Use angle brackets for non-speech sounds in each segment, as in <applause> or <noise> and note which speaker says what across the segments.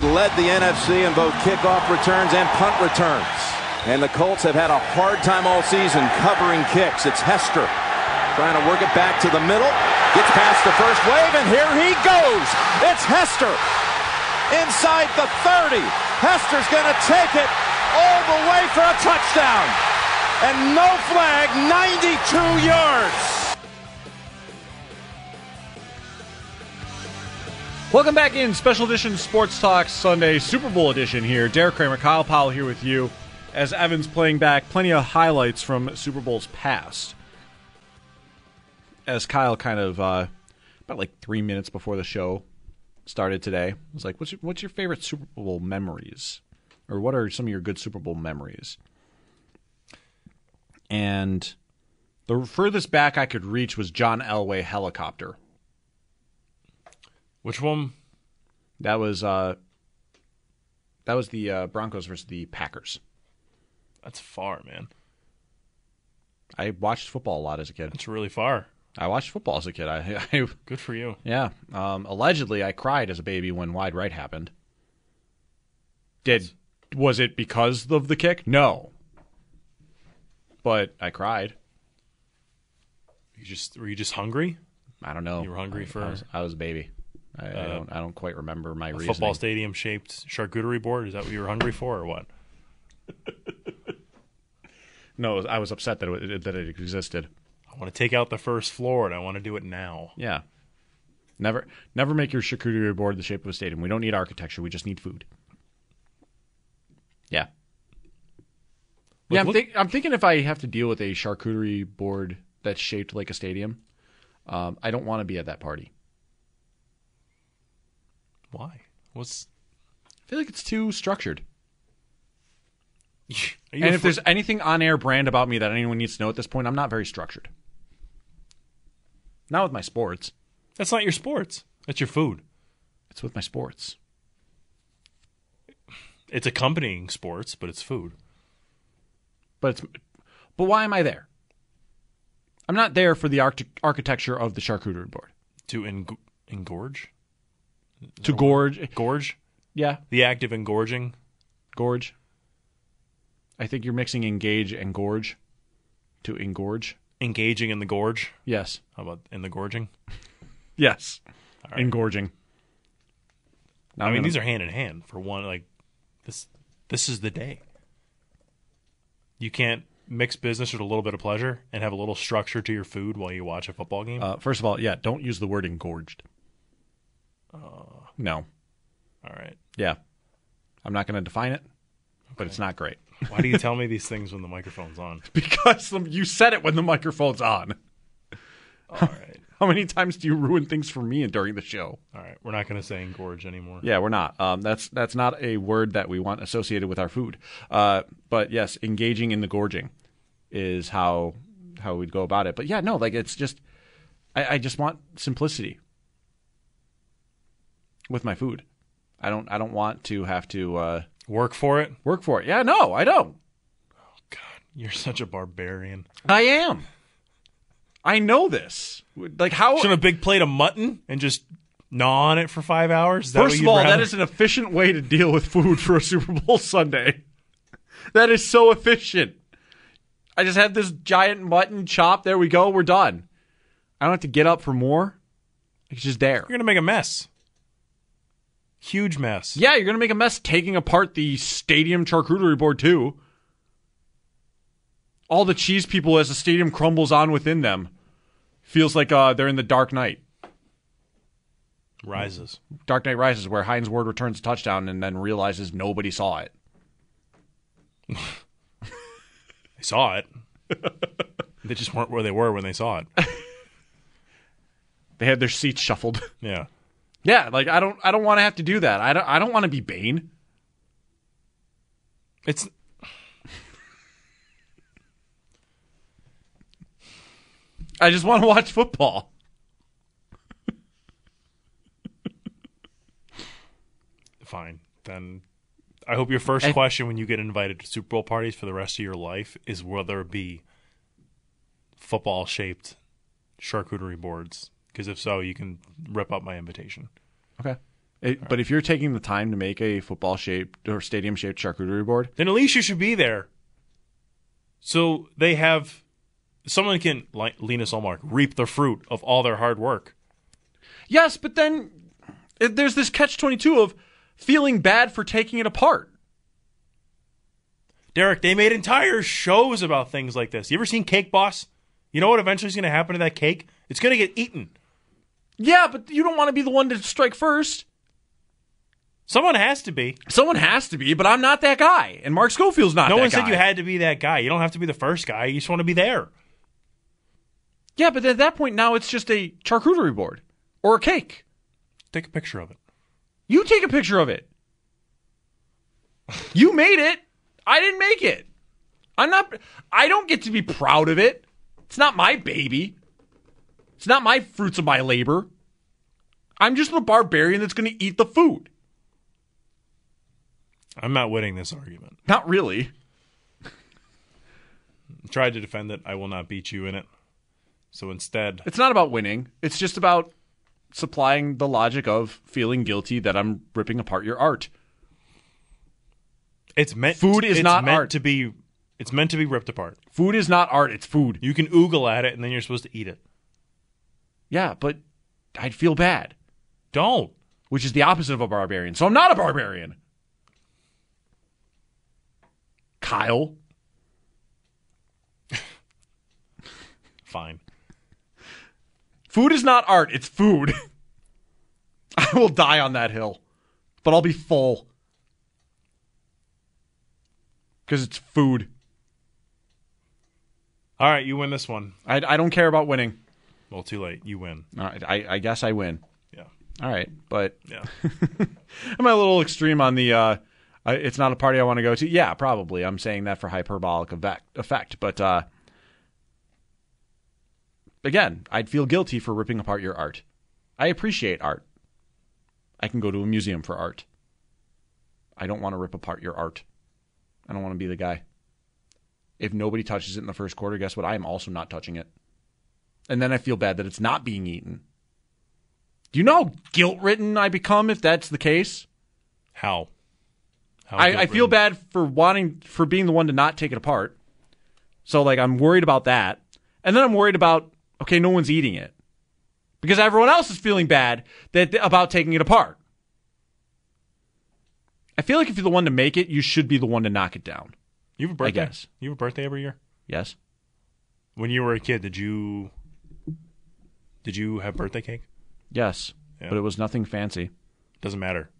Speaker 1: led the NFC in both kickoff returns and punt returns. And the Colts have had a hard time all season covering kicks. It's Hester trying to work it back to the middle. Gets past the first wave, and here he goes. It's Hester inside the 30. Hester's going to take it all the way for a touchdown. And no flag, 92 yards.
Speaker 2: Welcome back in special edition Sports Talk Sunday Super Bowl edition here. Derek Kramer, Kyle Powell here with you as Evan's playing back plenty of highlights from Super Bowls past. As Kyle kind of uh, about like three minutes before the show started today was like, "What's your, what's your favorite Super Bowl memories, or what are some of your good Super Bowl memories?" And the furthest back I could reach was John Elway helicopter.
Speaker 3: Which one?
Speaker 2: That was uh, that was the uh, Broncos versus the Packers.
Speaker 3: That's far, man.
Speaker 2: I watched football a lot as a kid.
Speaker 3: That's really far.
Speaker 2: I watched football as a kid. I, <laughs> I
Speaker 3: Good for you.
Speaker 2: yeah. Um, allegedly, I cried as a baby when wide right happened. Did was it because of the kick? No. But I cried.
Speaker 3: You just were you just hungry?
Speaker 2: I don't know.
Speaker 3: You were hungry
Speaker 2: I-
Speaker 3: for-
Speaker 2: I was, I was a baby. I, I don't. I don't quite remember my reasoning.
Speaker 3: Football stadium shaped charcuterie board. Is that what you were hungry for, or what?
Speaker 2: No, I was upset that it, that it existed.
Speaker 3: I want to take out the first floor, and I want to do it now.
Speaker 2: Yeah. Never never make your charcuterie board the shape of a stadium. We don't need architecture. We just need food. Yeah. yeah, I'm,
Speaker 3: look-
Speaker 2: think, I'm thinking if I have to deal with a charcuterie board that's shaped like a stadium, um, I don't want to be at that party.
Speaker 3: Why? What's? <laughs>
Speaker 2: I feel like it's too structured.
Speaker 3: Are
Speaker 2: And
Speaker 3: you a
Speaker 2: if
Speaker 3: fr-
Speaker 2: there's anything on air brand about me that anyone needs to know at this point, I'm not very structured. Not with my sports.
Speaker 3: that's not your sports. That's your food.
Speaker 2: It's with my sports.
Speaker 3: It's accompanying sports, but it's food.
Speaker 2: but it's but why am I there? I'm not there for the arch- architecture of the charcuterie board
Speaker 3: To eng- engorge, Oh.
Speaker 2: to gorge.
Speaker 3: gorge,
Speaker 2: Yeah,
Speaker 3: the act of engorging.
Speaker 2: gorge. I think you're mixing engage and gorge. To engorge.
Speaker 3: engaging in the gorge.
Speaker 2: Yes.
Speaker 3: How about in the gorging?
Speaker 2: Yes. Engorging. Now
Speaker 3: I mean, these
Speaker 2: are
Speaker 3: are hand in hand. For one, like this, this is the day. You can't mix business with a little bit of pleasure and have a little structure to your food while you watch a football game.
Speaker 2: uh, first of all, yeah. Don't use the word engorged.
Speaker 3: Uh.
Speaker 2: no.
Speaker 3: All right.
Speaker 2: Yeah. I'm not going to define it, but it's not great
Speaker 3: Why do you tell me these things when the microphone's on?
Speaker 2: <laughs> because the- you said it when the microphone's on.
Speaker 3: All right.
Speaker 2: <laughs> How many times do you ruin things for me during the show?
Speaker 3: All right. We're not going to say engorge anymore.
Speaker 2: Yeah, we're not. Um, that's that's not a word that we want associated with our food. Uh, but yes, engaging in the gorging is how how we'd go about it. But yeah, no, like it's just I, I just want simplicity. with my food. I don't I don't want to have to uh,
Speaker 3: Work for it.
Speaker 2: work for it. Yeah, no, I don't.
Speaker 3: You're such a barbarian.
Speaker 2: I am. I know this. Like how
Speaker 3: Shouldn't a big plate of mutton and just gnaw on it for five hours? Is that what
Speaker 2: First of
Speaker 3: you'd
Speaker 2: all,
Speaker 3: rather-
Speaker 2: that is an efficient way to deal with food for a Super Bowl Sunday. That is so efficient. I just have this giant mutton chop. There we go. We're done. I don't have to get up for more. It's just there.
Speaker 3: You're gonna make a mess. Huge mess.
Speaker 2: Yeah, you're going to make a mess taking apart the stadium charcuterie board, too. All the cheese people as the stadium crumbles on within them feels like uh, they're in the Dark Knight.
Speaker 3: Rises.
Speaker 2: Dark Knight Rises, where Heinz Ward returns a touchdown and then realizes nobody saw it.
Speaker 3: They
Speaker 2: <laughs>
Speaker 3: saw it. they just weren't where they were when they saw it.
Speaker 2: They had their seats shuffled.
Speaker 3: Yeah.
Speaker 2: Yeah, like I don't I don't want to have to do that. I don't I don't want to be Bane.
Speaker 3: It's
Speaker 2: I just want to <laughs> watch football.
Speaker 3: fine. Then I hope your first
Speaker 2: Eh.
Speaker 3: question when you get invited to Super Bowl parties for the rest of your life is whether it be football shaped charcuterie boards. Because if so, you can rip up my invitation.
Speaker 2: Okay. Eh, But if you're taking the time to make a football shaped or stadium shaped charcuterie board,
Speaker 3: Then at least you should be there. So they have someone can like Linus Allmark reap the fruit of all their hard work.
Speaker 2: yes, but then it, there's this catch 22 of feeling bad for taking it apart.
Speaker 3: Derek, they made entire shows about things like this. You ever seen Cake Boss? You know what eventually is going to happen to that cake? It's going to get eaten.
Speaker 2: Yeah, but you don't want to be the one to strike first.
Speaker 3: Someone has to be.
Speaker 2: Someone has to be, but I'm not that guy, and Mark Schofield's not.
Speaker 3: no
Speaker 2: that
Speaker 3: one said
Speaker 2: guy.
Speaker 3: you had to be that guy. You don't have to be the first guy. You just want to be there.
Speaker 2: Yeah, but at that point now it's just a charcuterie board or a cake.
Speaker 3: Take a picture of it.
Speaker 2: You take a picture of it. You made it. I didn't make it. I'm not I don't get to be proud of it. It's not my baby. It's not my fruits of my labor. I'm just the barbarian that's going to eat the food.
Speaker 3: I'm not winning this argument.
Speaker 2: Not really.
Speaker 3: I tried to defend it. I will not beat you in it. So instead,
Speaker 2: It's not about winning. It's just about supplying the logic of feeling guilty that I'm ripping apart your art.
Speaker 3: it's meant.
Speaker 2: Food is
Speaker 3: it's
Speaker 2: not
Speaker 3: meant
Speaker 2: art.
Speaker 3: to be. It's meant to be ripped apart.
Speaker 2: Food is not art, it's food.
Speaker 3: You can oogle at it, and then you're supposed to eat it.
Speaker 2: Yeah, but I'd feel bad,
Speaker 3: Don't.
Speaker 2: which is the opposite of a barbarian. So I'm not a barbarian. Kyle.
Speaker 3: Fine.
Speaker 2: Food is not art, it's food. <laughs> I will die on that hill, but I'll be full. Because it's food.
Speaker 3: All right, you win this one.
Speaker 2: I, I don't care about winning.
Speaker 3: Well, too late. You win.
Speaker 2: All right, I, I guess I win.
Speaker 3: Yeah.
Speaker 2: All right, but <laughs>
Speaker 3: Yeah.
Speaker 2: am I a little extreme on the? Uh, I, it's not a party I want to go to. Yeah, probably. I'm saying that for hyperbolic effect. Effect, but uh, again, I'd feel guilty for ripping apart your art. I appreciate art. I can go to a museum for art. I don't want to rip apart your art. I don't want to be the guy. If nobody touches it in the first quarter, guess what? I am also not touching it. And then I feel bad that it's not being eaten. Do you know how guilt ridden I become if that's the case?
Speaker 3: How? How
Speaker 2: I, I feel
Speaker 3: guilt-ridden.
Speaker 2: bad for wanting for being the one to not take it apart. So like I'm worried about that. And then I'm worried about okay, no one's eating it. Because everyone else is feeling bad that about taking it apart. I feel like if you're the one to make it, you should be the one to knock it down.
Speaker 3: You have a birthday.
Speaker 2: guess.
Speaker 3: You have a birthday every year.
Speaker 2: Yes?
Speaker 3: When you were a kid, did you did you have birthday cake?
Speaker 2: Yes.
Speaker 3: Yeah.
Speaker 2: But it was nothing fancy.
Speaker 3: Doesn't matter.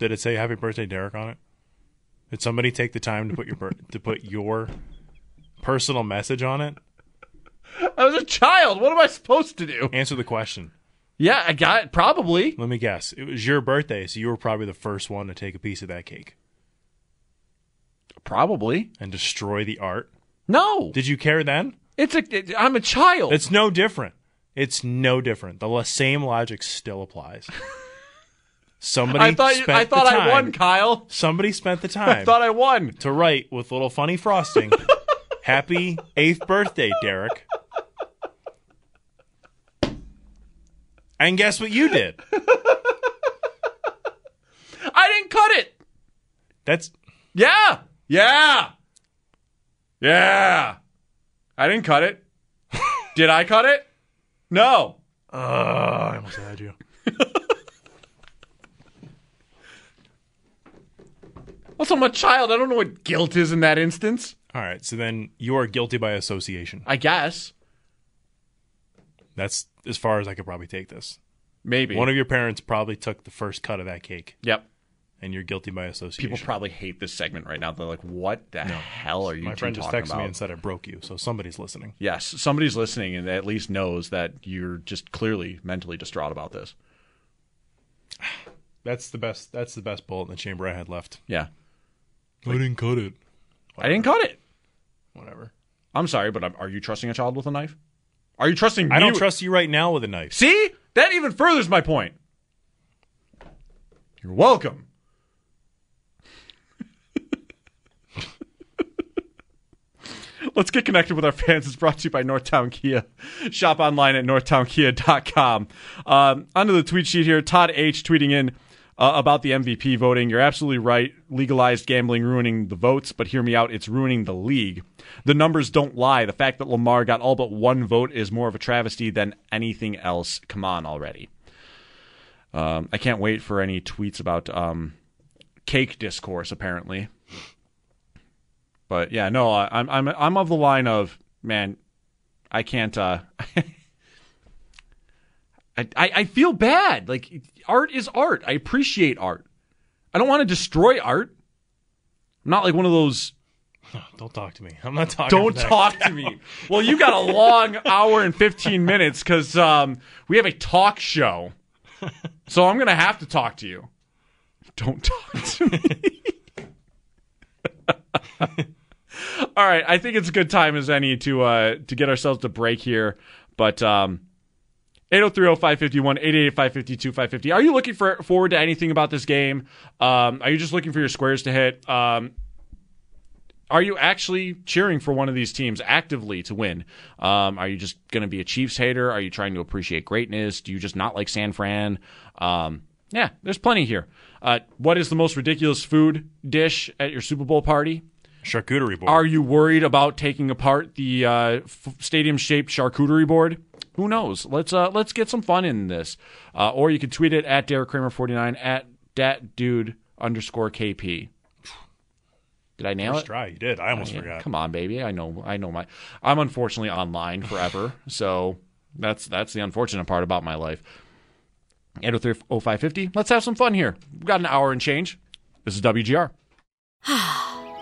Speaker 3: Did it say "Happy Birthday, Derek" on it? Did somebody take the time to put your bir- to put your personal message on it?
Speaker 2: I was a child. What am I supposed to do?
Speaker 3: Answer the question.
Speaker 2: Yeah, I got it. Probably.
Speaker 3: Let me guess. It was your birthday, so you were probably the first one to take a piece of that cake
Speaker 2: Probably.
Speaker 3: and destroy the art.
Speaker 2: No.
Speaker 3: Did you care then?
Speaker 2: It's a. It, I'm a child.
Speaker 3: It's no
Speaker 2: <laughs>
Speaker 3: different. It's no different. The lo- same logic still applies. Somebody
Speaker 2: I thought you,
Speaker 3: spent
Speaker 2: I thought
Speaker 3: the
Speaker 2: I
Speaker 3: time.
Speaker 2: won, Kyle.
Speaker 3: Somebody spent the
Speaker 2: <laughs>
Speaker 3: time
Speaker 2: I thought I won.
Speaker 3: to write with little funny frosting. Happy eighth birthday, Derek. And guess what you did?
Speaker 2: I didn't cut it.
Speaker 3: That's
Speaker 2: Yeah. Yeah. Yeah. I didn't cut <laughs> it. Did I cut it? No.
Speaker 3: uh, I almost had you.
Speaker 2: Also, I'm a child. I don't know what guilt is in that instance.
Speaker 3: All right, so then you are guilty by association.
Speaker 2: I guess.
Speaker 3: That's as far as I could probably take this.
Speaker 2: Maybe.
Speaker 3: One of your parents probably took the first cut of that cake,
Speaker 2: yep.
Speaker 3: and you're guilty by association.
Speaker 2: People probably hate this segment right now. They're like, "What the hell are you
Speaker 3: My
Speaker 2: two
Speaker 3: friend just
Speaker 2: talking
Speaker 3: texted
Speaker 2: about?"
Speaker 3: me and said I broke you, so somebody's listening.
Speaker 2: yes, somebody's listening and at least knows that you're just clearly mentally distraught about this.
Speaker 3: That's the best. That's the best bullet in the chamber I had left.
Speaker 2: Yeah,
Speaker 3: I didn't cut it.
Speaker 2: I didn't cut it.
Speaker 3: Whatever.
Speaker 2: I'm sorry, but I'm, are you trusting a child with a knife? Are you trusting?
Speaker 3: I don't
Speaker 2: me-
Speaker 3: trust you right now with a knife.
Speaker 2: See, that even furthers my point. You're welcome. Let's get connected with our fans. It's brought to you by Northtown Kia. Shop online at northtownkia.com. Um, onto the tweet sheet here. Todd H. tweeting in uh, about the MVP voting. You're absolutely right. Legalized gambling ruining the votes, but hear me out. It's ruining the league. The numbers don't lie. The fact that Lamar got all but one vote is more of a travesty than anything else. Come on already. Um, I can't wait for any tweets about um, cake discourse, apparently. But yeah, no, I, I'm I'm I'm of the line of man, I can't. Uh, <laughs> I, I I feel bad. Like art is art. I appreciate art. I don't want to destroy art. I'm not like one of those.
Speaker 3: Don't talk to me. I'm not talking.
Speaker 2: Don't
Speaker 3: to that.
Speaker 2: talk to me. Well, you got a long hour and 15 minutes because um, we have a talk show. So I'm gonna have to talk to you. Don't talk to me. <laughs> All right, I think it's a good time as any to uh, to get ourselves to break here, but. Um, 803-0551, 888-552-550. Are you looking for, forward to anything about this game? Um, are you just looking for your squares to hit? Um, are you actually cheering for one of these teams actively to win? Um, are you just going to be a Chiefs hater? Are you trying to appreciate greatness? Do you just not like San Fran? Um, yeah, there's plenty here. Uh, what is the most ridiculous food dish at your Super Bowl party?
Speaker 3: Charcuterie board.
Speaker 2: Are you worried about taking apart the uh, f- stadium-shaped charcuterie board? Who knows? Let's uh, let's get some fun in this. Uh, or you can tweet it at Derek Kramer forty nine at dat dude underscore kp. Did I nail
Speaker 3: First
Speaker 2: it?
Speaker 3: try. You did. I almost
Speaker 2: Yeah,
Speaker 3: forgot.
Speaker 2: Come on, baby. I know. I know my. I'm unfortunately online forever, so that's that's the unfortunate part about my life. 803-0550. Let's have some fun here. We've got an hour and change. This is WGR.